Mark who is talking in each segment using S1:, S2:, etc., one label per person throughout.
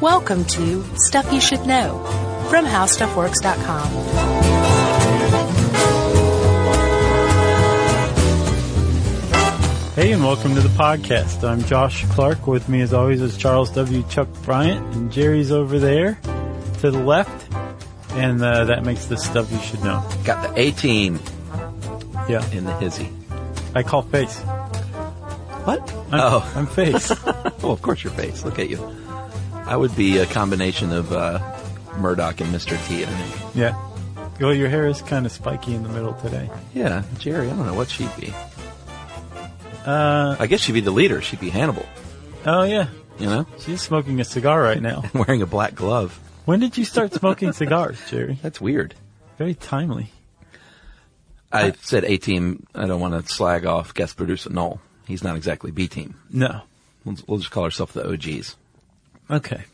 S1: Welcome to Stuff You Should Know from HowStuffWorks.com.
S2: Hey, and welcome to the podcast. I'm Josh Clark. With me, as always, is Charles W. Chuck Bryant, and Jerry's over there to the left, and uh, that makes the stuff you should know.
S3: Got the A team
S2: Yeah,
S3: in the hizzy.
S2: I call face.
S3: What?
S2: I'm,
S3: oh,
S2: I'm face.
S3: well, of course your face. Look at you. I would be a combination of uh, Murdoch and Mr. T. I think.
S2: yeah. Well, your hair is kind of spiky in the middle today.
S3: Yeah, Jerry. I don't know what she'd be.
S2: Uh,
S3: I guess she'd be the leader. She'd be Hannibal.
S2: oh yeah,
S3: You know,
S2: she's smoking a cigar right now.
S3: wearing a black glove.
S2: When did you start smoking cigars, Jerry?
S3: That's weird.
S2: Very timely.
S3: I said A team. I don't want to slag off guest producer Noel. He's not exactly B team.
S2: No.
S3: We'll, we'll just call ourselves the OGs.
S2: Okay.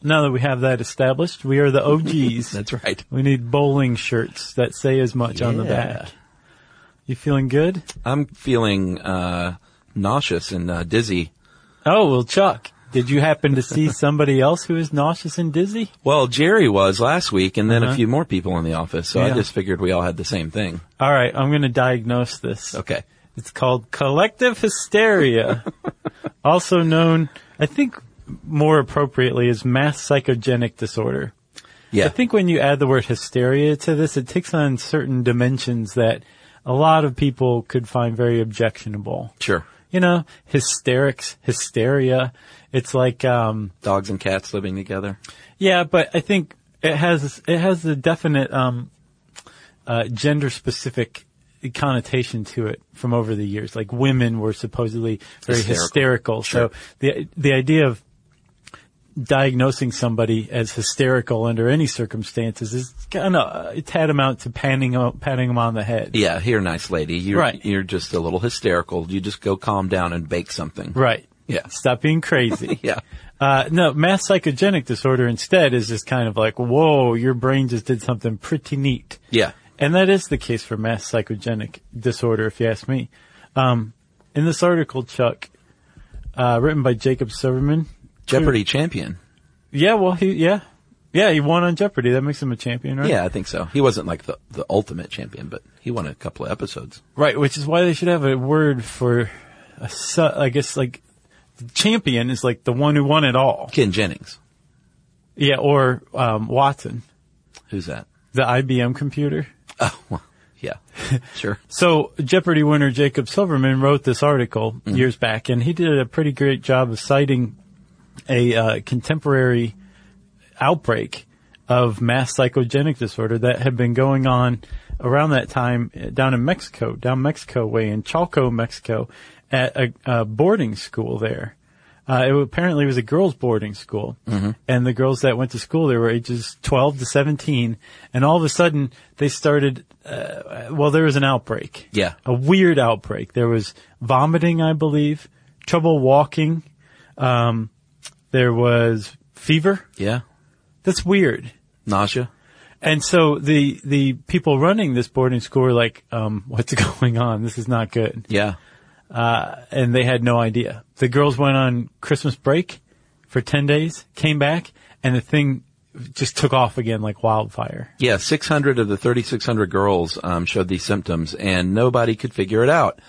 S2: Now that we have that established, we are the OGs.
S3: That's right.
S2: We need bowling shirts that say as much on the
S3: Yeah.
S2: back. You feeling good?
S3: I'm feeling uh, nauseous and uh, dizzy.
S2: Oh, well, Chuck, did you happen to see somebody else who is nauseous and dizzy?
S3: Well, Jerry was last week, and then
S2: Uh-huh.
S3: a few more people in the office. So
S2: Yeah.
S3: I just figured we all had the same thing.
S2: All right, I'm going to diagnose this.
S3: Okay.
S2: It's called collective hysteria, also known, I think more appropriately, as mass psychogenic disorder.
S3: Yeah.
S2: I think when you add the word hysteria to this, it takes on certain dimensions that a lot of people could find very objectionable.
S3: sure.
S2: you know, hysterics, hysteria. It's like, um,
S3: Dogs and cats living together.
S2: yeah, but I think it has, it has a definite, um, uh, gender specific connotation to it from over the years. Like women were supposedly very hysterical.
S3: Hysterical. Sure.
S2: So the, the idea of diagnosing somebody as hysterical under any circumstances is kind of tantamount to panning, patting them on the head.
S3: Yeah. Here, nice lady. You're,
S2: Right.
S3: You're just a little hysterical. You just go calm down and bake something.
S2: Right.
S3: Yeah.
S2: Stop being crazy.
S3: Yeah.
S2: Uh, no, mass psychogenic disorder instead is just kind of like, whoa, your brain just did something pretty neat.
S3: Yeah.
S2: And that is the case for mass psychogenic disorder, if you ask me. Um, in this article, Chuck, uh, written by Jacob Silverman.
S3: Jeopardy champion.
S2: Yeah, well, he, yeah. Yeah, he won on Jeopardy. That makes him a champion, right?
S3: Yeah, I think so. He wasn't like the, the ultimate champion, but he won a couple of episodes.
S2: Right, which is why they should have a word for a su- I guess like champion is like the one who won it all.
S3: Ken Jennings.
S2: Yeah, or, um, Watson,
S3: Who's that?
S2: the IBM computer.
S3: Oh, well, yeah. Sure.
S2: So Jeopardy winner Jacob Silverman wrote this article years back, and he did a pretty great job of citing a uh, contemporary outbreak of mass psychogenic disorder that had been going on around that time uh, down in Mexico, down Mexico way in Chalco, Mexico, at a, a boarding school there. Uh, it wa- apparently was a girls' boarding school, and the girls that went to school there were ages 12 to 17, and all of a sudden they started. Uh, well, there was an outbreak.
S3: Yeah.
S2: a weird outbreak. There was vomiting, I believe, trouble walking. Um, there was fever.
S3: Yeah.
S2: That's weird.
S3: Nausea.
S2: And so the the people running this boarding school were like, um, "What's going on? This is not good."
S3: Yeah.
S2: And they had no idea. The girls went on Christmas break for ten days, came back, and the thing just took off again like wildfire.
S3: Yeah, 600 of the 3,600 girls um, showed these symptoms, and nobody could figure it out.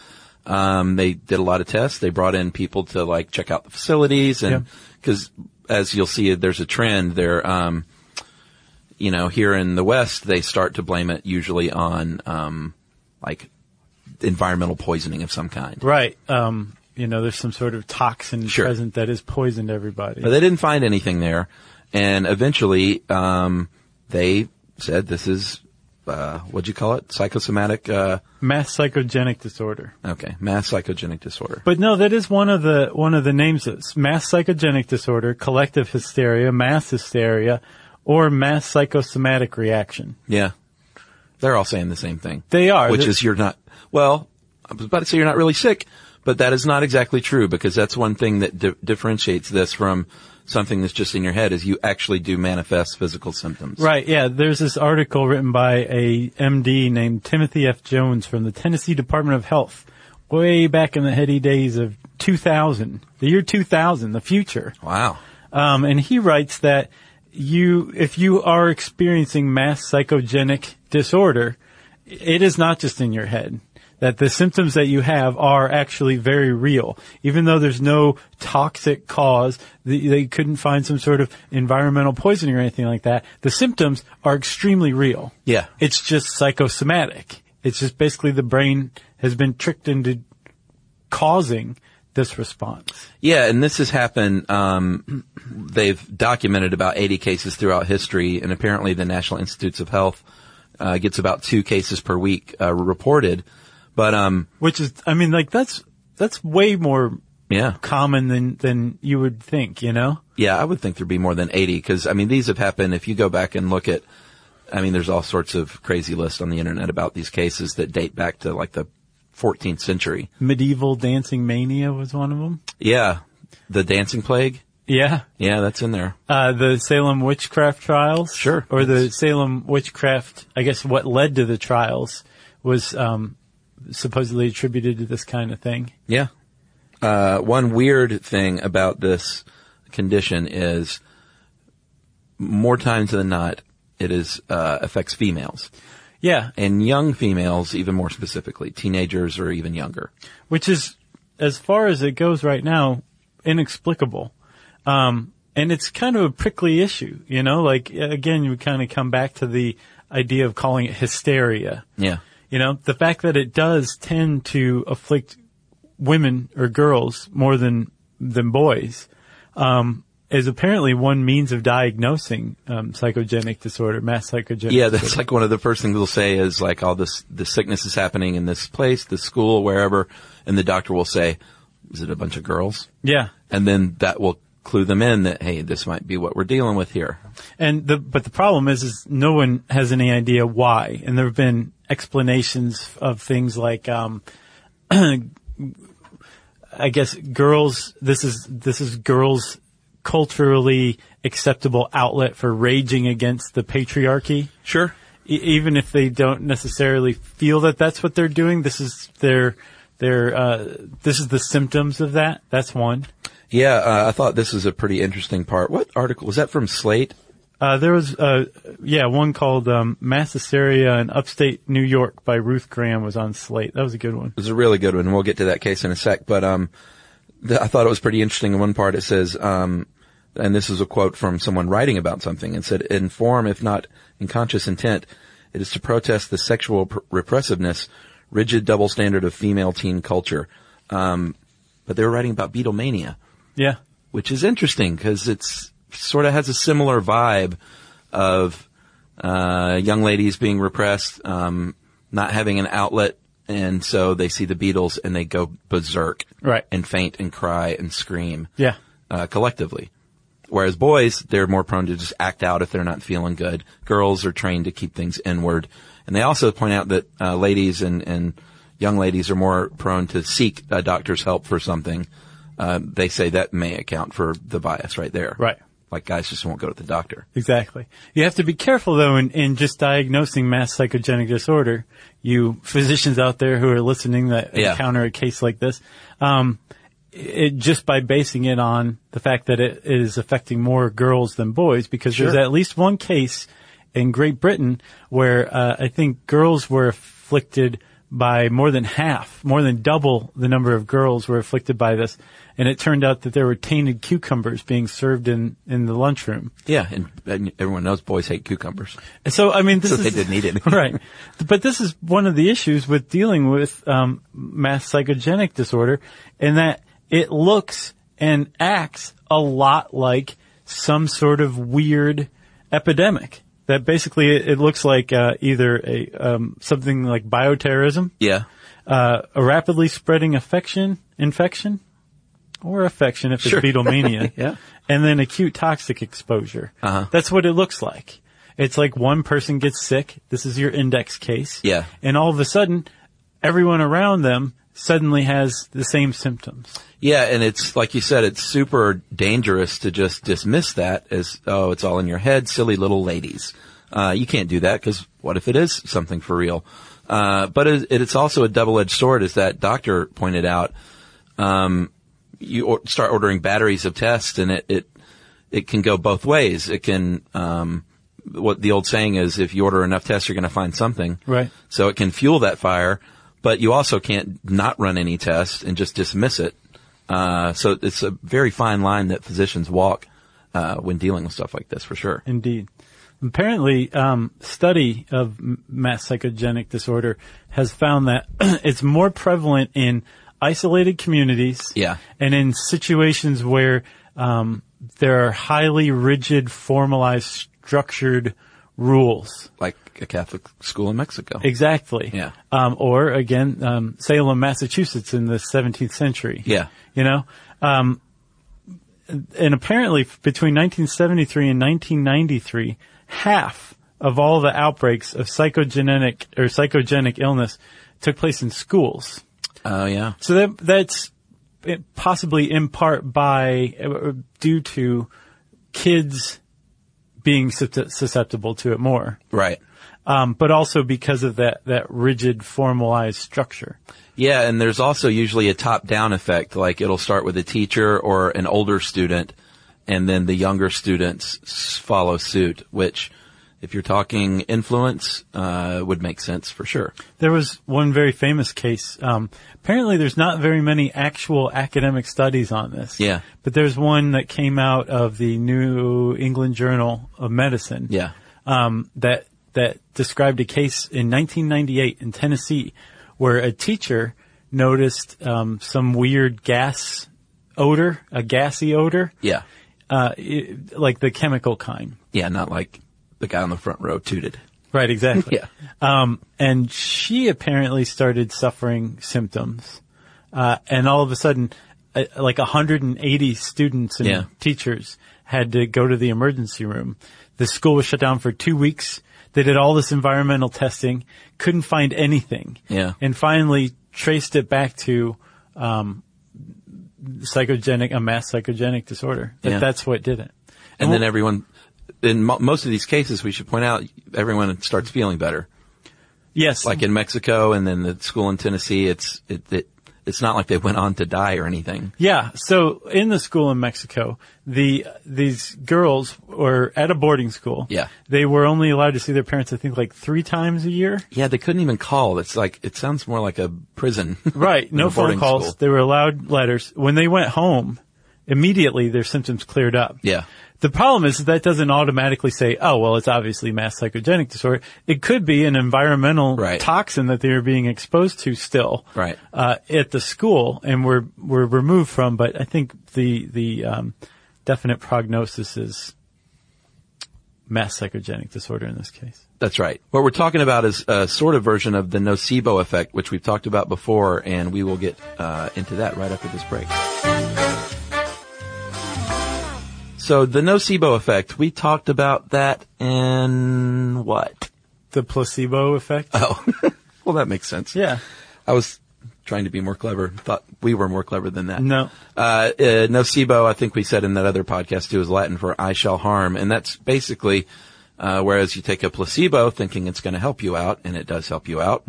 S3: Um, they did a lot of tests. They brought in people to like check out the facilities, and
S2: Yeah.
S3: because as you'll see, there's a trend there. Um, you know, here in the West, they start to blame it usually on um, like environmental poisoning of some kind.
S2: Right. Um, you know, there's some sort of toxin
S3: Sure.
S2: present that has poisoned everybody.
S3: But they didn't find anything there, and eventually um, they said this is uh, what'd you call it? Psychosomatic. Uh,
S2: Mass psychogenic disorder.
S3: Okay, mass psychogenic disorder.
S2: But no, that is one of the one of the names: is mass psychogenic disorder, collective hysteria, mass hysteria, or mass psychosomatic reaction.
S3: Yeah, they're all saying the same thing.
S2: They are.
S3: which
S2: They're-
S3: is you're not. Well, I was about to say you're not really sick, but that is not exactly true because that's one thing that di- differentiates this from something that's just in your head is you actually do manifest physical symptoms.
S2: Right, yeah. There's this article written by a MD named Timothy F. Jones from the Tennessee Department of Health way back in the heady days of 2000, the year 2000, the future.
S3: Wow.
S2: Um, and he writes that you, if you are experiencing mass psychogenic disorder, it is not just in your head. That the symptoms that you have are actually very real. Even though there's no toxic cause, the, they couldn't find some sort of environmental poisoning or anything like that. The symptoms are extremely real.
S3: Yeah.
S2: It's just psychosomatic. It's just basically the brain has been tricked into causing this response.
S3: Yeah, and this has happened. Um, they've documented about 80 cases throughout history, and apparently the National Institutes of Health uh, gets about two cases per week uh, reported. But um,
S2: Which is, I mean, like that's, that's way more
S3: yeah,
S2: common than, than you would think, you know?
S3: yeah, I would think there'd be more than 80 because I mean these have happened. If you go back and look at, I mean, there's all sorts of crazy lists on the internet about these cases that date back to like the 14th century.
S2: Medieval dancing mania was one of them.
S3: Yeah, the dancing plague.
S2: Yeah.
S3: Yeah, that's in there.
S2: Uh, the Salem witchcraft trials.
S3: Sure.
S2: Or the Salem witchcraft, I guess what led to the trials was, um, supposedly attributed to this kind of thing.
S3: Yeah. Uh, one weird thing about this condition is more times than not, it is, uh, affects females
S2: Yeah.
S3: and young females even more specifically, teenagers or even younger.
S2: which is, as far as it goes right now, inexplicable. Um, and it's kind of a prickly issue, you know, like again, you kind of come back to the idea of calling it hysteria.
S3: Yeah.
S2: You know, the fact that it does tend to afflict women or girls more than, than boys, um, is apparently one means of diagnosing, um, psychogenic disorder, mass psychogenic
S3: Yeah.
S2: disorder.
S3: That's like one of the first things they'll say is like all this, the sickness is happening in this place, this school, wherever. And the doctor will say, is it a bunch of girls?
S2: Yeah.
S3: And then that will clue them in that, hey, this might be what we're dealing with here.
S2: And the but the problem is is no one has any idea why, and there have been explanations of things like, um, I guess girls. This is this is girls culturally acceptable outlet for raging against the patriarchy,
S3: Sure.
S2: e- even if they don't necessarily feel that that's what they're doing. This is their their uh, this is the symptoms of that. That's one.
S3: Yeah, uh, I thought this was a pretty interesting part. What article was that from Slate?
S2: Uh, there was, uh, yeah, one called um, Mass Hysteria in Upstate New York by Ruth Graham was on Slate. That was a good one.
S3: It was a really good one. We'll get to that case in a sec. But um, th- I thought it was pretty interesting. In one part, it says, um, and this is a quote from someone writing about something, and said, "In form, if not in conscious intent, it is to protest the sexual pr- repressiveness, rigid double standard of female teen culture." Um, but they were writing about Beatlemania.
S2: Yeah.
S3: which is interesting because it's sort of has a similar vibe of uh, young ladies being repressed, um, not having an outlet, and so they see the Beatles and they go berserk,
S2: Right.
S3: and faint and cry and scream,
S2: Yeah.
S3: uh, collectively. Whereas boys, they're more prone to just act out if they're not feeling good. Girls are trained to keep things inward, and they also point out that uh, ladies and and young ladies are more prone to seek a doctor's help for something. Uh, they say that may account for the bias right there.
S2: Right.
S3: Like guys just won't go to the doctor.
S2: Exactly. You have to be careful though in, in just diagnosing mass psychogenic disorder. You physicians out there who are listening that
S3: Yeah.
S2: encounter a case like this, um, it, just by basing it on the fact that it is affecting more girls than boys, because there's
S3: Sure.
S2: at least one case in Great Britain where uh, I think girls were afflicted by more than half, more than double the number of girls were afflicted by this, and it turned out that there were tainted cucumbers being served in in the lunchroom.
S3: Yeah, and, and everyone knows boys hate cucumbers,
S2: So I mean, this
S3: so
S2: is
S3: they didn't eat it.
S2: right. But this is one of the issues with dealing with um, mass psychogenic disorder, in that it looks and acts a lot like some sort of weird epidemic. That basically it, it looks like uh, either a um, something like bioterrorism,
S3: Yeah.
S2: uh, a rapidly spreading affection, infection, or affection if it's
S3: Sure.
S2: beetlemania.
S3: Yeah.
S2: And then acute toxic exposure.
S3: Uh-huh.
S2: That's what it looks like. It's like one person gets sick. This is your index case.
S3: Yeah.
S2: And all of a sudden, everyone around them suddenly has the same symptoms.
S3: Yeah, and it's like you said, it's super dangerous to just dismiss that as, oh, it's all in your head, silly little ladies. Uh, you can't do that because what if it is something for real? Uh, but it, it's also a double-edged sword, as that doctor pointed out. Um, you or, start ordering batteries of tests, and it, it it can go both ways. It can, um, what the old saying is, if you order enough tests, you're going to find something.
S2: Right.
S3: So it can fuel that fire, but you also can't not run any tests and just dismiss it. Uh, so it's a very fine line that physicians walk, uh, when dealing with stuff like this for sure.
S2: Indeed. Apparently, um, study of m- mass psychogenic disorder has found that it's more prevalent in isolated communities.
S3: Yeah.
S2: And in situations where um, there are highly rigid, formalized, structured rules.
S3: Like a Catholic school in Mexico.
S2: Exactly.
S3: Yeah.
S2: Um, or again, um, Salem, Massachusetts in the 17th century.
S3: Yeah.
S2: You know? Um, and apparently f- between 1973 and 1993, half of all the outbreaks of psychogenic or psychogenic illness took place in schools.
S3: Oh yeah.
S2: So that, that's possibly in part by, uh, due to kids being susce- susceptible to it more
S3: Right.
S2: um, but also because of that that rigid formalized structure.
S3: Yeah, and there's also usually a top-down effect. Like it'll start with a teacher or an older student, and then the younger students s- follow suit. Which, if you're talking influence, uh, would make sense for sure.
S2: There was one very famous case. Um, apparently, there's not very many actual academic studies on this.
S3: Yeah.
S2: but there's one that came out of the New England Journal of Medicine.
S3: Yeah.
S2: um, that that described a case in 1998 in Tennessee where a teacher noticed um, some weird gas odor, a gassy odor,
S3: Yeah.
S2: uh, it- like the chemical kind.
S3: Yeah. Not like the guy on the front row tooted.
S2: Right, exactly.
S3: Yeah.
S2: Um, and she apparently started suffering symptoms. Uh, and all of a sudden, uh, like 180 students and
S3: Yeah.
S2: teachers had to go to the emergency room. The school was shut down for two weeks. They did all this environmental testing, couldn't find anything.
S3: Yeah.
S2: And finally traced it back to, um, psychogenic, a mass psychogenic disorder. That
S3: Yeah.
S2: That's what did it.
S3: And
S2: Well-
S3: then everyone, in mo- most of these cases, we should point out everyone starts feeling better.
S2: Yes.
S3: Like in Mexico, and then the school in Tennessee, it's it, it it's not like they went on to die or anything.
S2: Yeah. So in the school in Mexico, the these girls were at a boarding school.
S3: Yeah.
S2: They were only allowed to see their parents, I think, like three times a year.
S3: Yeah, they couldn't even call. It's like it sounds more like a prison.
S2: Right.
S3: than
S2: No
S3: a
S2: phone
S3: boarding
S2: calls.
S3: school.
S2: They were allowed letters. When they went home, immediately their symptoms cleared up.
S3: Yeah.
S2: The problem is that doesn't automatically say, oh, well, it's obviously mass psychogenic disorder. It could be an environmental
S3: Right.
S2: toxin that they are being exposed to still
S3: Right.
S2: uh, at the school and were, were removed from. But I think the, the um, definite prognosis is mass psychogenic disorder in this case.
S3: That's right. What we're talking about is a sort of version of the nocebo effect, which we've talked about before, and we will get uh, into that right after this break. So the nocebo effect, we talked about that in what?
S2: The placebo effect?
S3: Oh, well, that makes sense.
S2: yeah.
S3: I was trying to be more clever. Thought we were more clever than that.
S2: No.
S3: Uh, uh, nocebo, I think we said in that other podcast too, is Latin for I shall harm. And that's basically, uh, whereas you take a placebo thinking it's going to help you out, and it does help you out,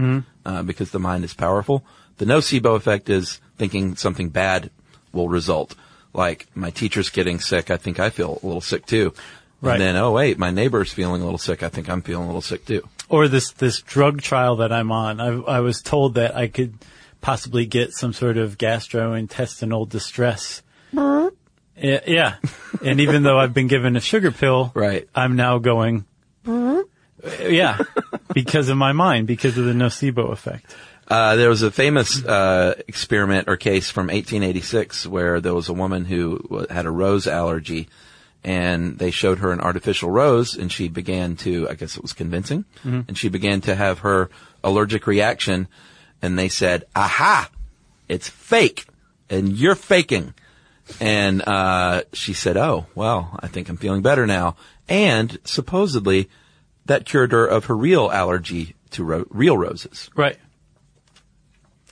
S3: uh, because the mind is powerful. The nocebo effect is thinking something bad will result. Like, my teacher's getting sick, I think I feel a little sick too.
S2: Right.
S3: And then, oh wait, my neighbor's feeling a little sick, I think I'm feeling a little sick too.
S2: or this this drug trial that I'm on. I, I was told that I could possibly get some sort of gastrointestinal distress. Yeah, yeah. and even though I've been given a sugar pill,
S3: Right.
S2: I'm now going. yeah, because of my mind, because of the nocebo effect.
S3: Uh, there was a famous uh, experiment or case from 1886 where there was a woman who w- had a rose allergy, and they showed her an artificial rose, and she began to, I guess it was convincing, and she began to have her allergic reaction, and they said, "Aha, it's fake, and you're faking." And uh, she said, "Oh, well, I think I'm feeling better now." And supposedly, that cured her of her real allergy to ro- real roses.
S2: Right.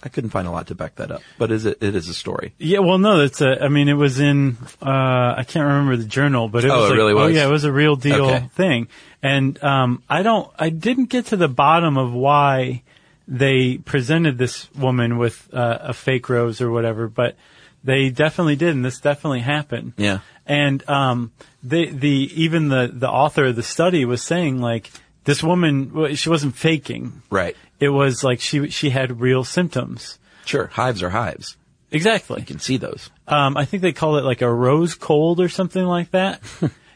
S3: I couldn't find a lot to back that up, but is it? It is a story.
S2: Yeah, well, no, that's a, I mean, it was in, uh, I can't remember the journal, but it
S3: Oh,
S2: was
S3: it
S2: like,
S3: really
S2: oh
S3: was?
S2: yeah, it was a real deal
S3: Okay.
S2: thing. And, um, I don't, I didn't get to the bottom of why they presented this woman with uh, a fake rose or whatever, but They definitely did, and this definitely happened.
S3: Yeah.
S2: And um, the the even the the author of the study was saying like this woman well, she wasn't faking.
S3: Right.
S2: It was like she she had real symptoms.
S3: Sure. Hives are hives.
S2: Exactly.
S3: You can see those.
S2: Um, I think they call it like a rose cold or something like that.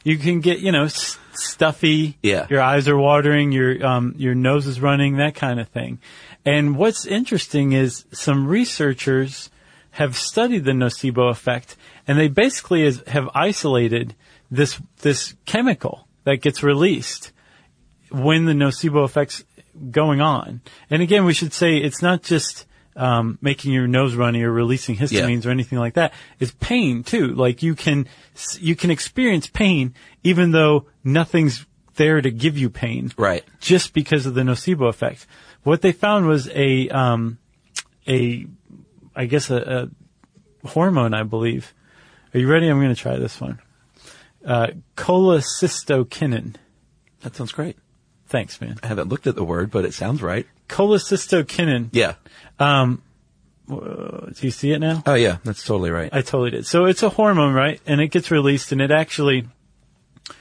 S2: you can get you know s- stuffy.
S3: Yeah.
S2: Your eyes are watering. Your um your nose is running. That kind of thing. And what's interesting is some researchers have studied the nocebo effect, and they basically is, have isolated this this chemical that gets released when the nocebo effects going on. And again, we should say it's not just um, making your nose runny or releasing histamines or anything like that. It's pain too. Like you can s- you can experience pain even though nothing's there to give you pain.
S3: Right.
S2: Just because of the nocebo effect. What they found was a um, a I guess a, a hormone. I believe. Are you ready? I'm going to try this one. Uh, cholecystokinin.
S3: That sounds great.
S2: Thanks, man.
S3: I haven't looked at the word, but it sounds right.
S2: Cholecystokinin.
S3: Yeah.
S2: Do you see it now?
S3: Oh yeah, that's totally right.
S2: I totally did. So it's a hormone, right? And it gets released and it actually, um,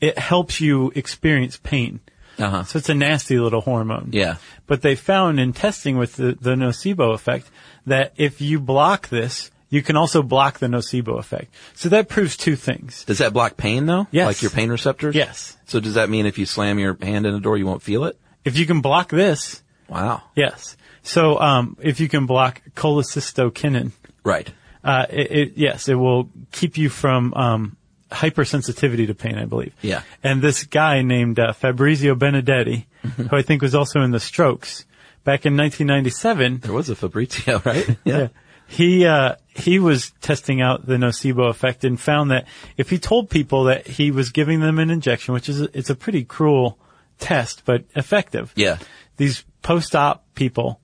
S2: it helps you experience pain.
S3: Uh huh.
S2: So it's a nasty little hormone.
S3: Yeah.
S2: But they found in testing with the, the nocebo effect that if you block this, you can also block the nocebo effect. So that proves two things.
S3: Does that block pain though?
S2: Yes.
S3: Like your pain receptors?
S2: Yes.
S3: So does that mean if you slam your hand in a door, you won't feel it?
S2: If you can block this,
S3: Wow.
S2: yes. So, um, if you can block cholecystokinin,
S3: Right.
S2: Uh, it, it, yes, it will keep you from um, hypersensitivity to pain, I believe.
S3: Yeah.
S2: And this guy named uh, Fabrizio Benedetti, who I think was also in The Strokes, back in 1997,
S3: There was a Fabrizio, right?
S2: yeah. He uh, he was testing out the nocebo effect and found that if he told people that he was giving them an injection, which is a, it's a pretty cruel test but effective.
S3: Yeah.
S2: These post-op people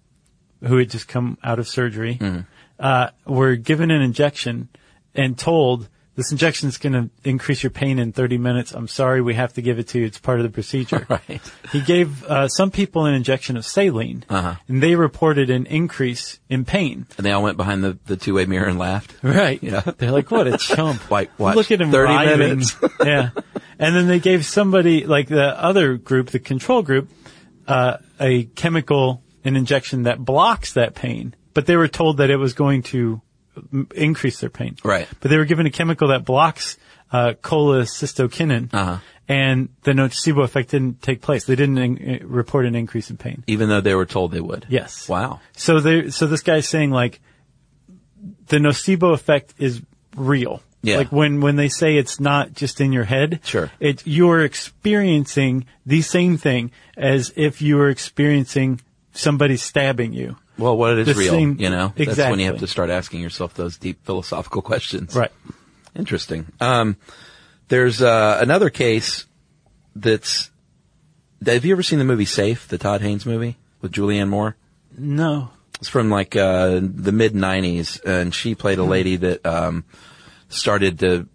S2: who had just come out of surgery
S3: Mm-hmm.
S2: uh, were given an injection and told this injection is going to increase your pain in 30 minutes. I'm sorry, we have to give it to you. It's part of the procedure.
S3: Right.
S2: He gave uh, some people an injection of saline,
S3: Uh-huh.
S2: and they reported an increase in pain.
S3: And they all went behind the, the two way mirror and laughed.
S2: Right.
S3: Yeah.
S2: They're like, what a chump.
S3: Like, watch,
S2: Look at him
S3: 30
S2: writhing.
S3: minutes.
S2: yeah. And then they gave somebody, like the other group, the control group, uh, a chemical, an injection that blocks that pain. But they were told that it was going to m- increase their pain.
S3: Right.
S2: But they were given a chemical that blocks, uh, cholecystokinin.
S3: Uh-huh.
S2: And the nocebo effect didn't take place. They didn't in- report an increase in pain.
S3: Even though they were told they would.
S2: Yes.
S3: Wow.
S2: So they so this guy's saying like the nocebo effect is real.
S3: Yeah.
S2: Like when when they say it's not just in your head.
S3: Sure.
S2: It's you're experiencing the same thing as if you were experiencing somebody stabbing you.
S3: Well, what is
S2: The
S3: real?
S2: same-
S3: you know, that's when
S2: Exactly.
S3: you have to start asking yourself those deep philosophical questions.
S2: Right.
S3: Interesting. Um, there's uh, another case that's. Have you ever seen the movie Safe, the Todd Haynes movie with Julianne Moore?
S2: No.
S3: It's from like uh, the mid '90s, and she played a lady that um, started to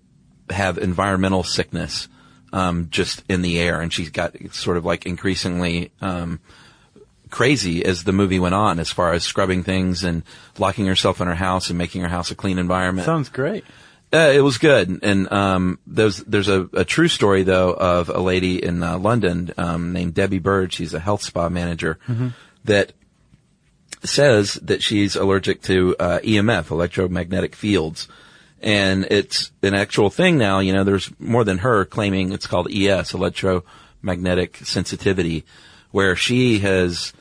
S3: have environmental sickness um, just in the air, and she's got sort of like increasingly um, crazy as the movie went on, as far as scrubbing things and locking herself in her house and making her house a clean environment.
S2: Sounds great.
S3: Uh, it was good, and um, there's there's a, a true story though of a lady in uh, London um, named Debbie Bird. She's a health spa manager that says that she's allergic to uh, EMF, electromagnetic fields, and it's an actual thing now. You know, there's more than her claiming it's called ES, electromagnetic sensitivity, where she has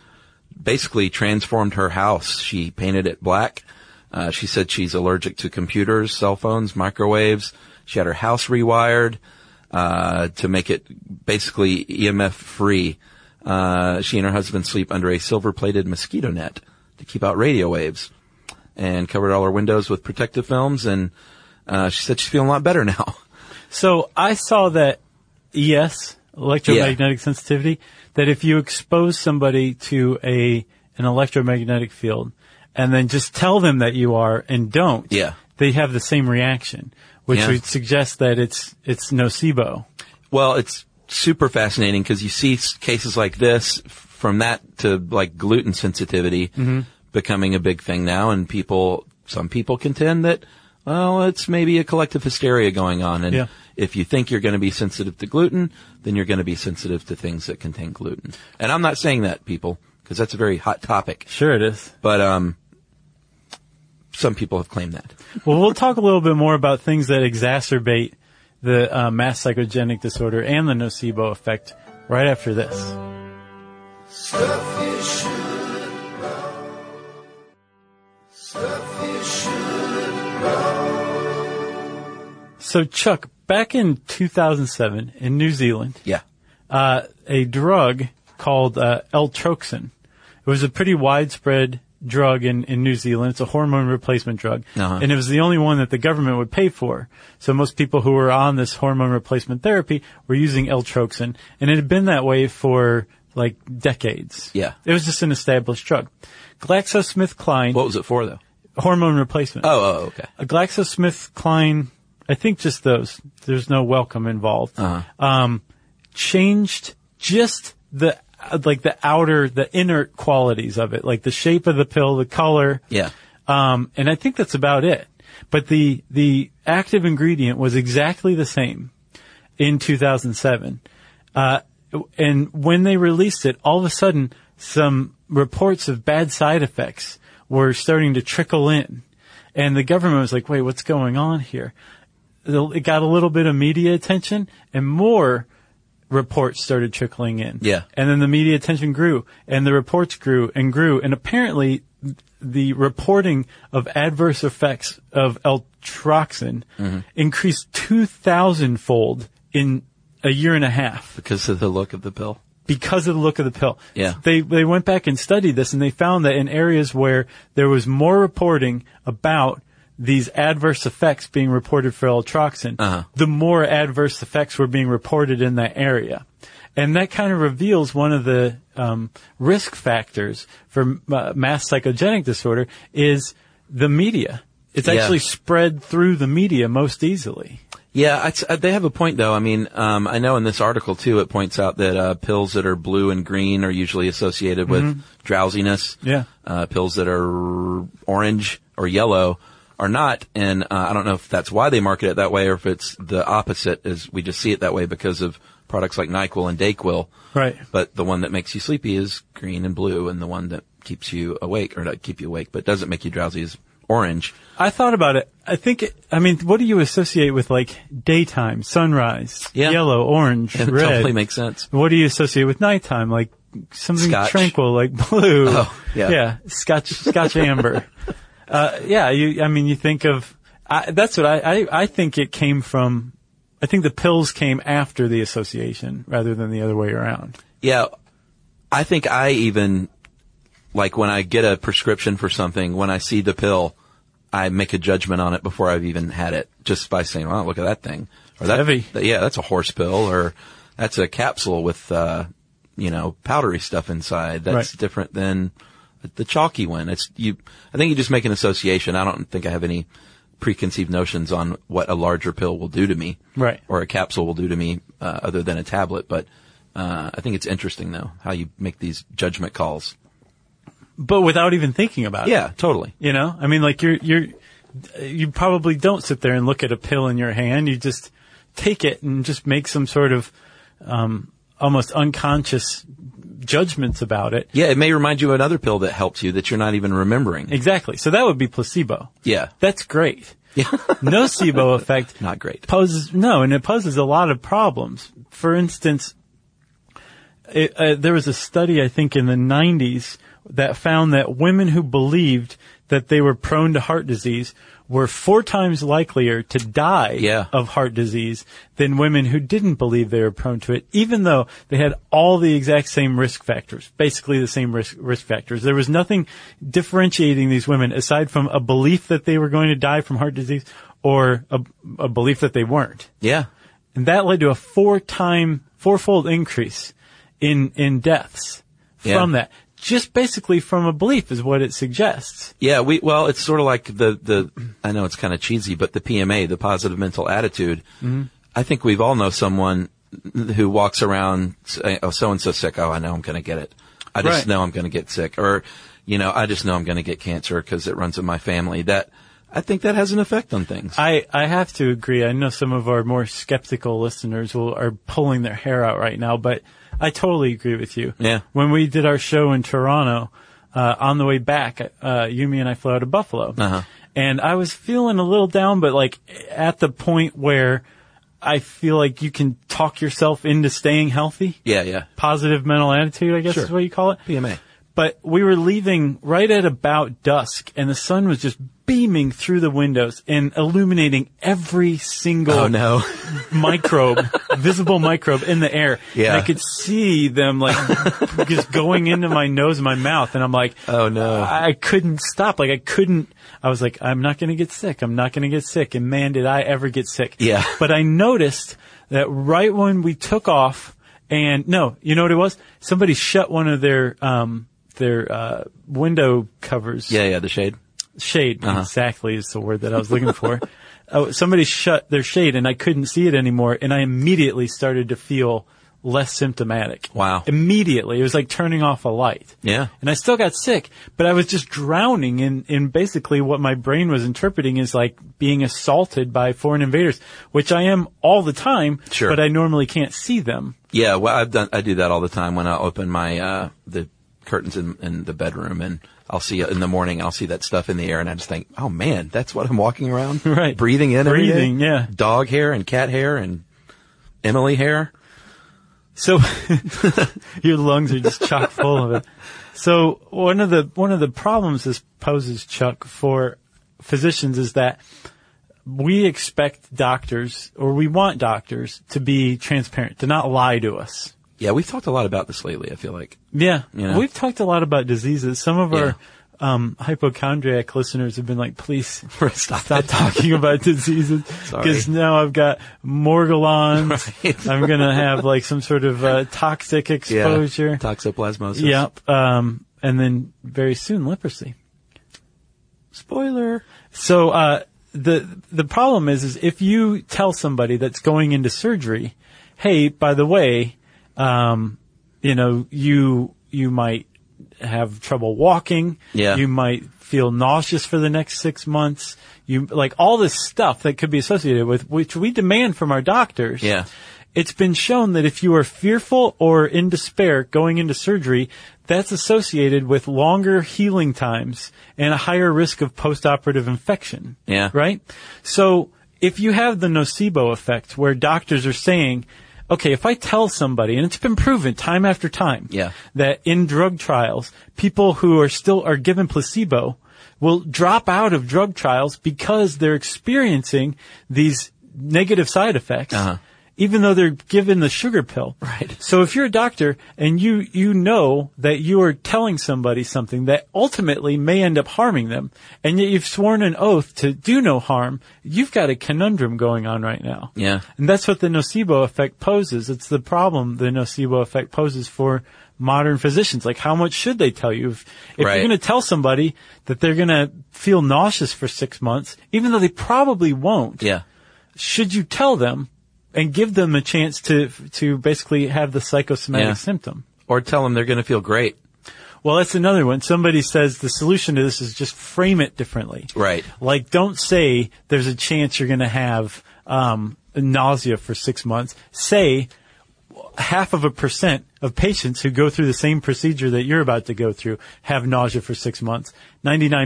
S3: basically transformed her house. She painted it black. Uh, she said she's allergic to computers, cell phones, microwaves. She had her house rewired uh, to make it basically EMF free. Uh, she and her husband sleep under a silver-plated mosquito net to keep out radio waves, and covered all her windows with protective films. And uh, she said she's feeling a lot better now.
S2: So I saw that ES, electromagnetic sensitivity, that if you expose somebody to a an electromagnetic field and then just tell them that you are and don't,
S3: Yeah.
S2: they have the same reaction, which
S3: Yeah.
S2: would suggest that it's it's nocebo.
S3: Well, it's super fascinating because you see s- cases like this f- from that to like gluten sensitivity becoming a big thing now and people some people contend that, well, it's maybe a collective hysteria going on. And
S2: Yeah.
S3: if you think you're going to be sensitive to gluten, then you're going to be sensitive to things that contain gluten. And I'm not saying that, people, because that's a very hot topic.
S2: Sure it is.
S3: But um, some people have claimed that.
S2: well, we'll talk a little bit more about things that exacerbate the uh, mass psychogenic disorder and the nocebo effect right after this.
S4: Stuff you should know. Stuff you should know.
S2: So, Chuck, back in 2007 in New Zealand,
S3: Yeah.
S2: uh, a drug called uh, L-troxin. It was a pretty widespread drug in, in New Zealand. It's a hormone replacement drug.
S3: Uh-huh.
S2: And it was the only one that the government would pay for. So most people who were on this hormone replacement therapy were using L-troxin. And it had been that way for like decades.
S3: Yeah.
S2: It was just an established drug. GlaxoSmithKline,
S3: What was it for, though?
S2: hormone replacement.
S3: Oh, oh okay.
S2: A GlaxoSmithKline, I think just those. There's no welcome involved.
S3: Uh-huh.
S2: Um, changed just the uh, like the outer, the inner qualities of it, like the shape of the pill, the color.
S3: Yeah.
S2: Um, and I think that's about it. But the the active ingredient was exactly the same in 2007. Uh, and when they released it, all of a sudden, some reports of bad side effects were starting to trickle in. And the government was like, wait, what's going on here? It got a little bit of media attention and more reports started trickling in.
S3: Yeah.
S2: And then the media attention grew and the reports grew and grew. And apparently the reporting of adverse effects of eltroxin increased 2,000 fold in a year and a half
S3: Because of the look of the pill.
S2: because of the look of the pill.
S3: Yeah.
S2: They, they went back and studied this and they found that in areas where there was more reporting about these adverse effects being reported for eltroxin,
S3: Uh-huh.
S2: the more adverse effects were being reported in that area. And that kind of reveals one of the um, risk factors for uh, mass psychogenic disorder is the media. It's
S3: Yeah.
S2: actually spread through the media most easily.
S3: Yeah, I, uh, they have a point though. I mean, um, I know in this article too, it points out that uh, pills that are blue and green are usually associated with drowsiness.
S2: Mm-hmm. Yeah.
S3: Uh, pills that are orange or yellow are not, and uh, I don't know if that's why they market it that way or if it's the opposite. Is we just see it that way because of products like Nyquil and Dayquil.
S2: Right.
S3: But the one that makes you sleepy is green and blue, and the one that keeps you awake or not keep you awake but doesn't make you drowsy is orange.
S2: I thought about it. I think, it, I mean, what do you associate with like daytime, sunrise,
S3: Yeah.
S2: yellow, orange,
S3: It
S2: red?
S3: totally makes sense.
S2: what do you associate with nighttime? Like something
S3: Scotch.
S2: tranquil, like blue.
S3: Oh, yeah.
S2: Scotch, Scotch amber. Uh, yeah, you, I mean, you think of, I, that's what I, I, I think it came from, I think the pills came after the association rather than the other way around.
S3: Yeah. I think I even, like when I get a prescription for something, when I see the pill, I make a judgment on it before I've even had it just by saying, wow, look at that thing. Or that,
S2: heavy.
S3: yeah, that's a horse pill or that's a capsule with, uh, you know, powdery stuff inside. That's
S2: Right.
S3: different than the chalky one. It's you, I think you just make an association. I don't think I have any preconceived notions on what a larger pill will do to me
S2: Right.
S3: or a capsule will do to me uh, other than a tablet. But uh, I think it's interesting though how you make these judgment calls.
S2: But without even thinking about it.
S3: Yeah, totally.
S2: You know, I mean, like you're you're you probably don't sit there and look at a pill in your hand. You just take it and just make some sort of um, almost unconscious judgments about it.
S3: Yeah, it may remind you of another pill that helps you that you're not even remembering.
S2: Exactly. So that would be placebo.
S3: yeah,
S2: That's great.
S3: yeah,
S2: Nocebo effect
S3: not great.
S2: poses no, and it poses a lot of problems. For instance, it, uh, there was a study I think in the 90s that found that women who believed that they were prone to heart disease were four times likelier to die
S3: Yeah.
S2: of heart disease than women who didn't believe they were prone to it, even though they had all the exact same risk factors, basically the same risk, risk factors. There was nothing differentiating these women aside from a belief that they were going to die from heart disease or a, a belief that they weren't.
S3: Yeah,
S2: And that led to a four time, fourfold increase in, in deaths
S3: Yeah.
S2: from that. Just basically from a belief is what it suggests.
S3: yeah. We well, it's sort of like the the. I know it's kind of cheesy, but the PMA, the positive mental attitude. I think we've all know someone who walks around saying, "Oh, so and so sick. Oh, I know I'm going to get it. I just
S2: Right.
S3: know I'm going to get sick." Or you know, I just know I'm going to get cancer because it runs in my family. That I think that has an effect on things.
S2: I, I have to agree. I know some of our more skeptical listeners will, are pulling their hair out right now, but I totally agree with you.
S3: Yeah.
S2: When we did our show in Toronto, uh, on the way back, uh, Yumi and I flew out to Buffalo.
S3: Uh-huh.
S2: And I was feeling a little down, but like at the point where I feel like you can talk yourself into staying healthy.
S3: yeah, yeah.
S2: Positive mental attitude, I guess
S3: Sure.
S2: is what you call it.
S3: PMA.
S2: But we were leaving right at about dusk and the sun was just beaming through the windows and illuminating every single
S3: Oh no.
S2: microbe, visible microbe in the air.
S3: Yeah.
S2: And I could see them like just going into my nose and my mouth. And I'm like,
S3: Oh, no.
S2: I I couldn't stop. Like I couldn't, I was like, I'm not going to get sick. I'm not going to get sick. And man, did I ever get sick.
S3: Yeah.
S2: But I noticed that right when we took off and no, you know what it was? Somebody shut one of their, um, their, uh, window covers
S3: yeah, yeah. The shade.
S2: shade exactly is the word that I was looking for. Oh, somebody shut their shade and I couldn't see it anymore and I immediately started to feel less symptomatic.
S3: Wow.
S2: Immediately. It was like turning off a light.
S3: Yeah.
S2: And I still got sick, but I was just drowning in, in basically what my brain was interpreting as like being assaulted by foreign invaders, which I am all the time,
S3: Sure.
S2: but I normally can't see them.
S3: Yeah, well, I've done. I do that all the time when I open my uh, the curtains in, in the bedroom, and I'll see in the morning. I'll see that stuff in the air, and I just think, oh man, that's what I'm walking around,
S2: Right.
S3: Breathing in, every day.
S2: Breathing, yeah.
S3: Dog hair and cat hair and Emily hair.
S2: So your lungs are just chock full of it. So one of the one of the problems this poses, Chuck, for physicians is that we expect doctors or we want doctors to be transparent, to not lie to us.
S3: Yeah, we've talked a lot about this lately. I feel like.
S2: Yeah.
S3: You know?
S2: We've talked a lot about diseases. Some of
S3: Yeah.
S2: our um, hypochondriac listeners have been like, please
S3: Stop it.
S2: talking about diseases.
S3: Sorry.
S2: Because now I've got Morgellons.
S3: Right.
S2: I'm going to have like some sort of uh, toxic
S3: Yeah.
S2: exposure.
S3: Toxoplasmosis.
S2: Yep. Um, and then very soon leprosy.
S3: Spoiler.
S2: So, uh, the, the problem is, is if you tell somebody that's going into surgery, hey, by the way, um, you know, you, you might have trouble walking.
S3: Yeah.
S2: You might feel nauseous for the next six months. You, like all this stuff that could be associated with, which we demand from our doctors.
S3: Yeah.
S2: It's been shown that if you are fearful or in despair going into surgery, that's associated with longer healing times and a higher risk of postoperative infection.
S3: Yeah.
S2: Right? So if you have the nocebo effect where doctors are saying, okay, if I tell somebody, and it's been proven time after time,
S3: Yeah.
S2: that in drug trials, people who are still are given placebo will drop out of drug trials because they're experiencing these negative side effects.
S3: Uh-huh.
S2: Even though they're given the sugar pill.
S3: Right.
S2: So if you're a doctor and you, you know that you are telling somebody something that ultimately may end up harming them, and yet you've sworn an oath to do no harm, you've got a conundrum going on right now.
S3: Yeah.
S2: And that's what the nocebo effect poses. It's the problem the nocebo effect poses for modern physicians. Like, how much should they tell you? If, if
S3: Right.
S2: you're going to tell somebody that they're going to feel nauseous for six months, even though they probably won't,
S3: Yeah.
S2: should you tell them and give them a chance to to basically have the psychosomatic
S3: Yeah.
S2: symptom?
S3: Or tell them they're going to feel great.
S2: Well, that's another one. Somebody says the solution to this is just frame it differently.
S3: Right.
S2: Like, don't say there's a chance you're going to have um, nausea for six months. Say half of a percent of patients who go through the same procedure that you're about to go through have nausea for six months.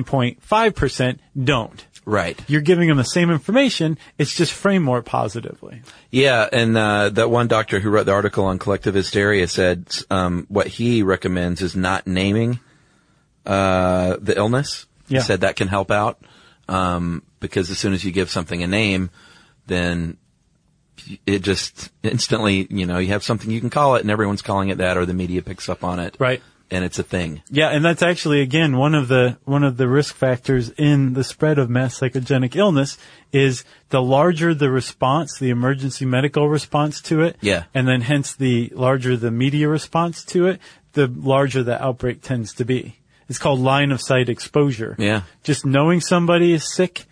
S2: 99.5% don't.
S3: Right.
S2: You're giving them the same information. It's just framed more positively.
S3: Yeah, and uh, that one doctor who wrote the article on collective hysteria said um, what he recommends is not naming uh, the illness.
S2: Yeah.
S3: He said that can help out um, because as soon as you give something a name, then it just instantly, you know, you have something you can call it, and everyone's calling it that, or the media picks up on it,
S2: Right.
S3: And it's a thing.
S2: Yeah, and that's actually again one of the one of the risk factors in the spread of mass psychogenic illness is the larger the response, the emergency medical response to it,
S3: Yeah.
S2: and then hence the larger the media response to it, the larger the outbreak tends to be. It's called line of sight exposure.
S3: Yeah.
S2: Just knowing somebody is sick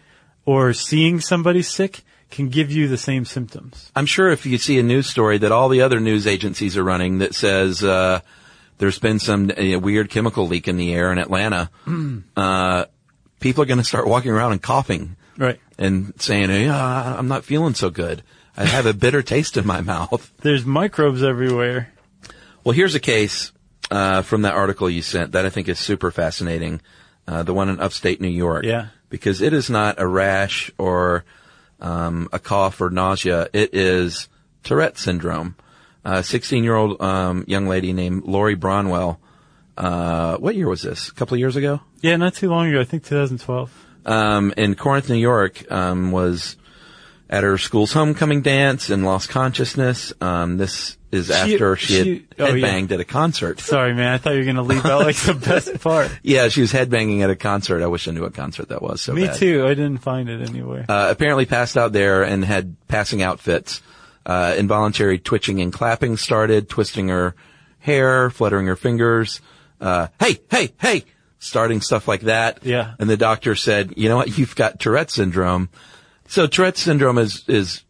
S2: or seeing somebody sick can give you the same symptoms.
S3: I'm sure if you see a news story that all the other news agencies are running that says uh, there's been some uh, weird chemical leak in the air in Atlanta, uh, people are going to start walking around and coughing
S2: Right.
S3: and saying, hey, uh, I'm not feeling so good. I have a bitter taste in my mouth.
S2: There's microbes everywhere.
S3: Well, here's a case uh, from that article you sent that I think is super fascinating. Uh, the one in upstate New York.
S2: Yeah.
S3: Because it is not a rash or um, a cough or nausea. It is Tourette syndrome. A 16 year old um, young lady named Lori Bronwell. Uh, what year was this? A couple of years ago?
S2: Yeah, not too long ago. I think 2012.
S3: um, in Corinth, New York, um, was at her school's homecoming dance and lost consciousness. Um, this is after she, had
S2: she- oh, yeah.
S3: headbanged at a concert.
S2: Sorry, man. I thought you were going to leave out like the best part.
S3: Yeah, she was headbanging at a concert. I wish I knew what concert that was. So
S2: Me
S3: bad.
S2: too. I didn't find it anywhere.
S3: Uh, apparently passed out there and had passing outfits. Uh, involuntary twitching and clapping started, twisting her hair, fluttering her fingers. Uh, hey, hey, hey, starting stuff like that.
S2: Yeah.
S3: And the doctor said, you know what? You've got Tourette syndrome. So Tourette syndrome is, is,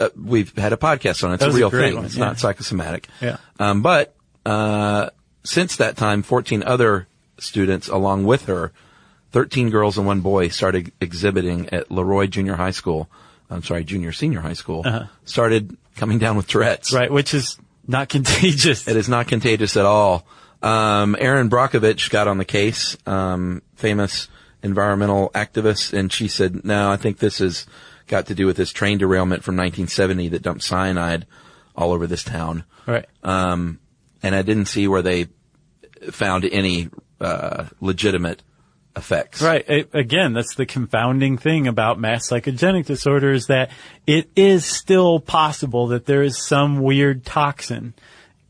S3: uh, we've had a podcast on it. It's
S2: That
S3: a
S2: was a
S3: real
S2: great
S3: thing.
S2: one,
S3: It's
S2: yeah.
S3: not psychosomatic.
S2: Yeah.
S3: Um, but, uh, since that time, 14 other students along with her 13 girls and one boy started exhibiting at Leroy Junior High School. I'm sorry, junior senior high school started coming down with Tourette's.
S2: right, which is not contagious.
S3: It is not contagious at all. Um, Aaron Brockovich got on the case, um, famous environmental activist, and she said, no, I think this has got to do with this train derailment from 1970 that dumped cyanide all over this town.
S2: Right.
S3: Um, and I didn't see where they found any, uh, legitimate effects.
S2: Right. It- again, that's the confounding thing about mass psychogenic disorder is that it is still possible that there is some weird toxin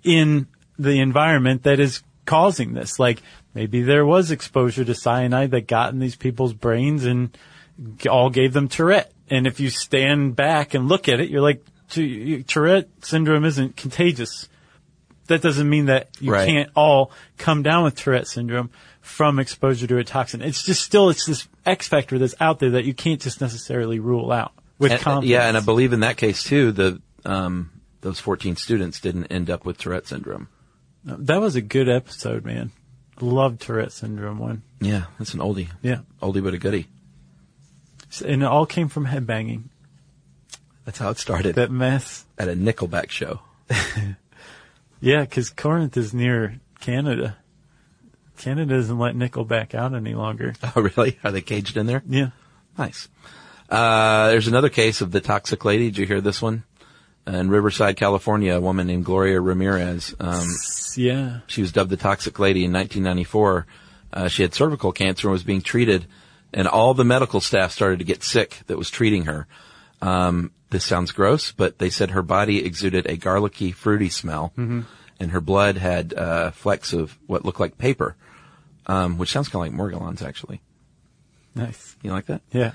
S2: in the environment that is causing this. Like maybe there was exposure to cyanide that got in these people's brains and g- all gave them Tourette. And if you stand back and look at it, you're like, "T- you- Tourette syndrome isn't contagious. That doesn't mean that you
S3: Right.
S2: can't all come down with Tourette syndrome from exposure to a toxin. It's just still, it's this X factor that's out there that you can't just necessarily rule out with
S3: And- uh,
S2: confidence.
S3: Yeah, and I believe in that case too, the um, those 14 students didn't end up with Tourette syndrome.
S2: that was a good episode, man. Love Tourette syndrome one.
S3: Yeah, that's an oldie.
S2: Yeah.
S3: Oldie but a goodie.
S2: And it all came from headbanging.
S3: That's how it started
S2: That mess.
S3: at a Nickelback show.
S2: Yeah, because Corinth is near Canada. Canada doesn't let nickel back out any longer.
S3: Oh, really? Are they caged in there?
S2: Yeah.
S3: Nice. Uh, there's another case of the toxic lady. Did you hear this one? In Riverside, California, a woman named Gloria Ramirez. Um,
S2: Yeah.
S3: she was dubbed the toxic lady in 1994. Uh, she had cervical cancer and was being treated, and all the medical staff started to get sick that was treating her. Um, this sounds gross, but they said her body exuded a garlicky, fruity smell, and her blood had uh, flecks of what looked like paper, um, which sounds kind of like Morgellons, actually.
S2: Nice.
S3: You like that?
S2: Yeah.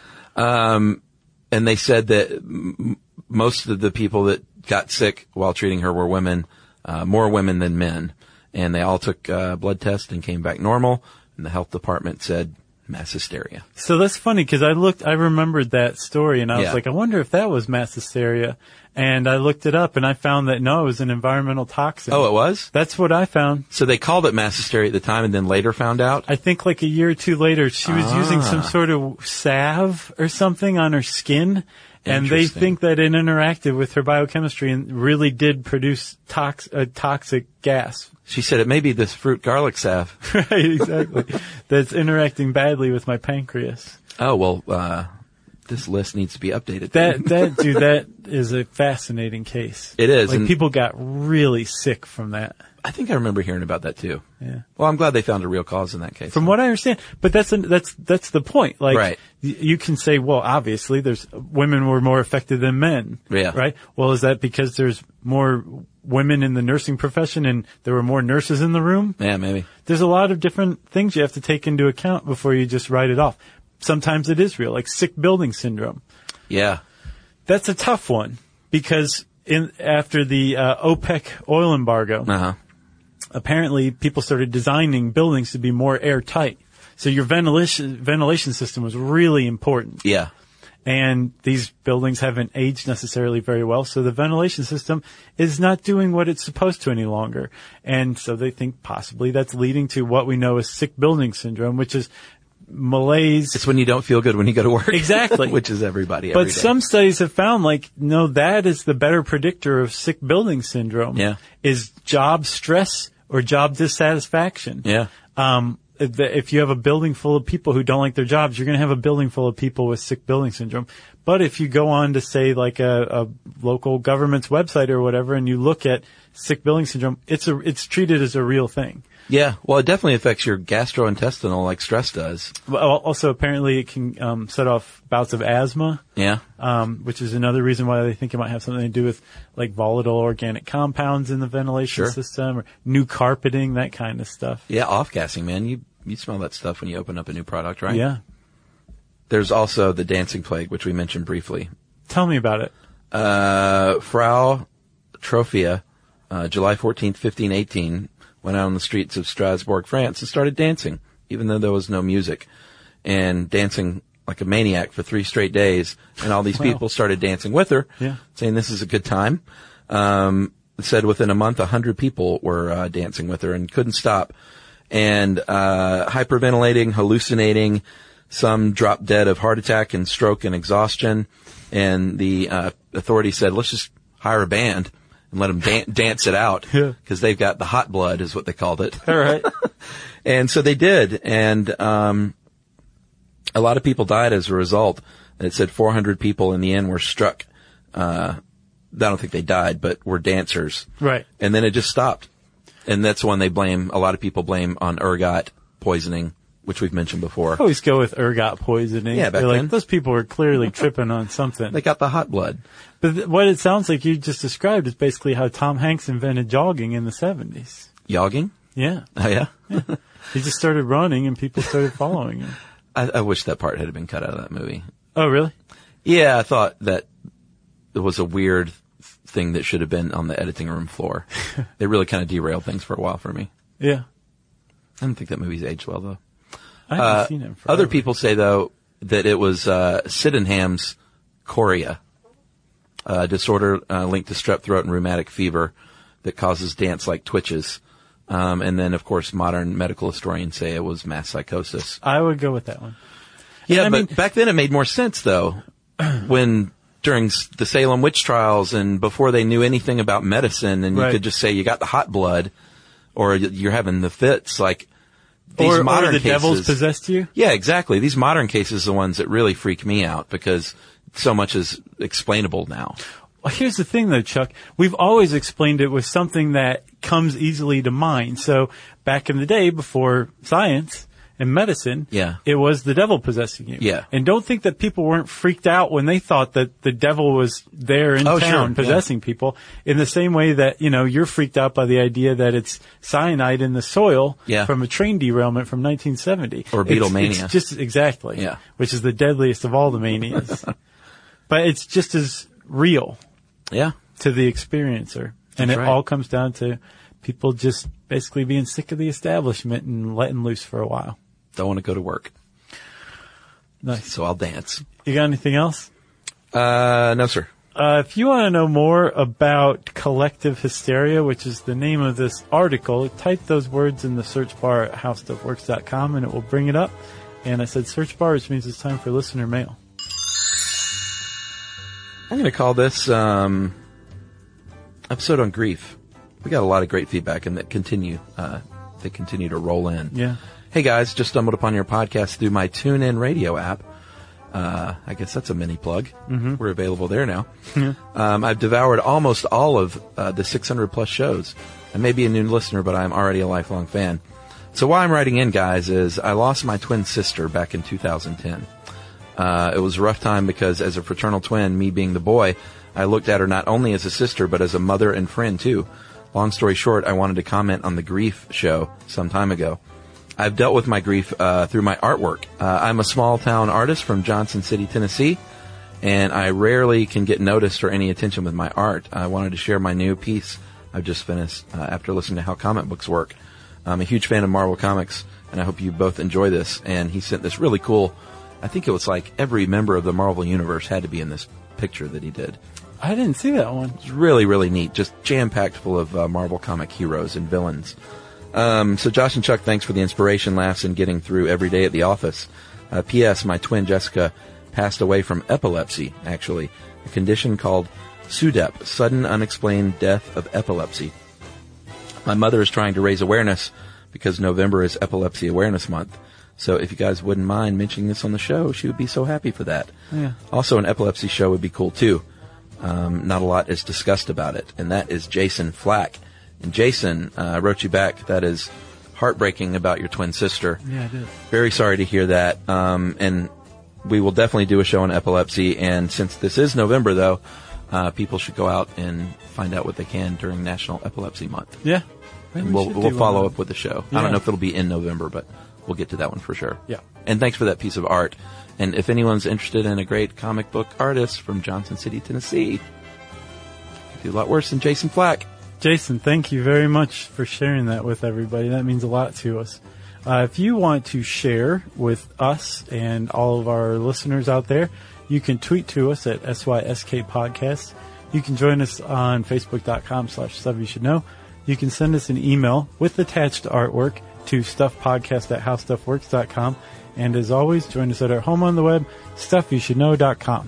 S3: and they said that m- most of the people that got sick while treating her were women, uh, more women than men, and they all took uh, blood tests and came back normal. And the health department said mass hysteria.
S2: So that's funny because I looked, I remembered that story and I
S3: Yeah.
S2: was like, I wonder if that was mass hysteria. And I looked it up and I found that no, it was an environmental toxin.
S3: Oh, it was.
S2: That's what I found.
S3: So they called it mass hysteria at the time, and then later found out.
S2: I think like a year or two later, she was using
S3: Ah.
S2: some sort of salve or something on her skin. And they
S3: Interesting.
S2: think that it interacted with her biochemistry and really did produce tox- a toxic gas.
S3: She said it may be this fruit garlic salve.
S2: right, exactly. That's interacting badly with my pancreas.
S3: oh well, uh, this list needs to be updated.
S2: That, that, dude, that is a fascinating case.
S3: It is,
S2: Like
S3: and-
S2: people got really sick from that.
S3: I think I remember hearing about that too.
S2: Yeah.
S3: Well, I'm glad they found a real cause in that case.
S2: From what I understand, but that's an, that's that's the point. Like
S3: Right.
S2: y- you can say, well, obviously there's women were more affected than men.
S3: Yeah.
S2: Right. Well, is that because there's more women in the nursing profession and there were more nurses in the room?
S3: yeah, maybe.
S2: There's a lot of different things you have to take into account before you just write it off. Sometimes it is real, like sick building syndrome.
S3: Yeah.
S2: That's a tough one because in after the uh, OPEC oil embargo,
S3: Uh huh.
S2: apparently people started designing buildings to be more airtight. So your ventilation ventilation system was really important.
S3: Yeah.
S2: and these buildings haven't aged necessarily very well, so the ventilation system is not doing what it's supposed to any longer. And so they think possibly that's leading to what we know as sick building syndrome, which is malaise.
S3: It's when you don't feel good when you go to work.
S2: Exactly.
S3: Which is everybody. every
S2: But
S3: day.
S2: some studies have found like, no, that is the better predictor of sick building syndrome.
S3: Yeah.
S2: Is job stress or job dissatisfaction.
S3: Yeah.
S2: Um, if the- if you have a building full of people who don't like their jobs, you're going to have a building full of people with sick building syndrome. But if you go on to say like a, a local government's website or whatever, and you look at sick building syndrome, it's a, it's treated as a real thing.
S3: Yeah. Well, it definitely affects your gastrointestinal like stress does.
S2: Well, Also, apparently it can um, set off bouts of asthma.
S3: Yeah.
S2: um, which is another reason why they think it might have something to do with like volatile organic compounds in the ventilation
S3: Sure.
S2: system or new carpeting, that kind of stuff.
S3: Yeah. Off gassing, man. You, you smell that stuff when you open up a new product, right?
S2: Yeah.
S3: There's also the dancing plague, which we mentioned briefly.
S2: Tell me about it.
S3: Uh, Frau Trophia, uh, July 14th, 1518, went out on the streets of Strasbourg, France and started dancing, even though there was no music. And dancing like a maniac for three straight days. And all these
S2: Wow.
S3: people started dancing with her,
S2: Yeah.
S3: saying this is a good time. Um, it said within a month, a hundred people were uh, dancing with her and couldn't stop. And uh, hyperventilating, hallucinating, some dropped dead of heart attack and stroke and exhaustion. And the uh, authority said, let's just hire a band and let them dan- dance it out
S2: Yeah.
S3: because they've got the hot blood, is what they called it.
S2: All right.
S3: And so they did, and um, a lot of people died as a result. And It said 400 people in the end were struck. Uh, I don't think they died, but were dancers.
S2: Right.
S3: And then it just stopped. And that's one they blame. A lot of people blame on ergot poisoning, which we've mentioned before.
S2: Always go with ergot poisoning.
S3: Yeah, back
S2: They're like,
S3: then.
S2: those people were clearly tripping on something.
S3: They got the hot blood.
S2: but th- what it sounds like you just described is basically how Tom Hanks invented jogging in the 70s.
S3: Yogging?
S2: Yeah.
S3: Oh, yeah.
S2: He just started running and people started following him.
S3: I, I wish that part had been cut out of that movie.
S2: Oh, really?
S3: Yeah, I thought that it was a weird thing that should have been on the editing room floor. they really kind of derailed things for a while for me.
S2: Yeah.
S3: I don't think that movie's aged well though.
S2: I haven't
S3: Uh,
S2: seen him. Forever.
S3: other people say though that it was uh, Sydenham's chorea, a disorder uh, linked to strep throat and rheumatic fever that causes dance-like twitches. Um, and then, of course, modern medical historians say it was mass psychosis.
S2: I would go with that one.
S3: Yeah,
S2: I
S3: but
S2: mean-
S3: back then it made more sense though, when during s- the Salem witch trials and before they knew anything about medicine, and
S2: Right.
S3: you could just say you got the hot blood, or y- you're having the fits. Like these
S2: or, or
S3: modern
S2: the
S3: cases,
S2: devils possessed you?
S3: yeah, exactly. These modern cases are the ones that really freak me out because so much is explainable now.
S2: Well, here's the thing though, Chuck. We've always explained it with something that comes easily to mind. So back in the day before science and medicine,
S3: Yeah.
S2: it was the devil possessing you.
S3: Yeah.
S2: And don't think that people weren't freaked out when they thought that the devil was there in
S3: Oh, sure,
S2: town
S3: yeah.
S2: possessing people in the same way that, you know, you're freaked out by the idea that it's cyanide in the soil
S3: Yeah.
S2: from a train derailment from 1970.
S3: Or
S2: It's-
S3: Beatlemania.
S2: it's just exactly.
S3: Yeah.
S2: Which is the deadliest of all the manias. but it's just as real
S3: Yeah.
S2: to the experiencer. And
S3: That's
S2: it
S3: right.
S2: all comes down to people just basically being sick of the establishment and letting loose for a while.
S3: Don't want to go to work.
S2: Nice.
S3: So I'll dance.
S2: You got anything else?
S3: Uh, no, sir.
S2: Uh, if you want to know more about collective hysteria, which is the name of this article, type those words in the search bar at howstuffworks.com and it will bring it up. And I said search bar, which means it's time for listener mail.
S3: I'm going to call this, um, episode on grief. We got a lot of great feedback and that continue, uh, they continue to roll in.
S2: Yeah.
S3: Hey guys, just stumbled upon your podcast through my TuneIn radio app. Uh, I guess that's a mini plug. We're available there now. Um, I've devoured almost all of uh, the 600 plus shows. I may be a new listener, but I'm already a lifelong fan. So why I'm writing in, guys, is I lost my twin sister back in 2010. Uh, it was a rough time because as a fraternal twin, me being the boy, I looked at her not only as a sister, but as a mother and friend too. Long story short, I wanted to comment on the grief show some time ago. I've dealt with my grief uh, through my artwork. Uh, I'm a small town artist from Johnson City, Tennessee, and I rarely can get noticed or any attention with my art. I wanted to share my new piece I've just finished uh, after listening to how comic books work. I'm a huge fan of Marvel Comics, and I hope you both enjoy this. And he sent this really cool I think it was like every member of the Marvel Universe had to be in this picture that he did.
S2: I didn't see that one.
S3: It's really, really neat. Just jam packed full of uh, Marvel comic heroes and villains. Um, so, Josh and Chuck, thanks for the inspiration, laughs, and getting through every day at the office. Uh, P.S. My twin Jessica passed away from epilepsy, actually, a condition called SUDEP, sudden unexplained death of epilepsy. My mother is trying to raise awareness because November is Epilepsy Awareness Month. So if you guys wouldn't mind mentioning this on the show, she would be so happy for that.
S2: Yeah.
S3: Also, an epilepsy show would be cool too. Um, not a lot is discussed about it, and that is Jason Flack. And Jason, uh, I wrote you back. That is heartbreaking about your twin sister.
S2: Yeah, I did.
S3: Very sorry to hear that. Um, and we will definitely do a show on epilepsy. And since this is November, though, uh, people should go out and find out what they can during National Epilepsy Month.
S2: Yeah. Maybe
S3: And we'll
S2: should
S3: we'll
S2: do
S3: follow
S2: one.
S3: up with the show. I
S2: Yeah.
S3: don't know if it'll be in November, but we'll get to that one for sure.
S2: Yeah.
S3: And thanks for that piece of art. And if anyone's interested in a great comic book artist from Johnson City, Tennessee, could do a lot worse than Jason Flack.
S2: Jason, thank you very much for sharing that with everybody. That means a lot to us. Uh, if you want to share with us and all of our listeners out there, you can tweet to us at SYSK Podcast. You can join us on Facebook.com slash Stuff You Should Know. You can send us an email with attached artwork to stuffpodcast at howstuffworks.com. And as always, join us at our home on the web, stuffyoushouldknow.com.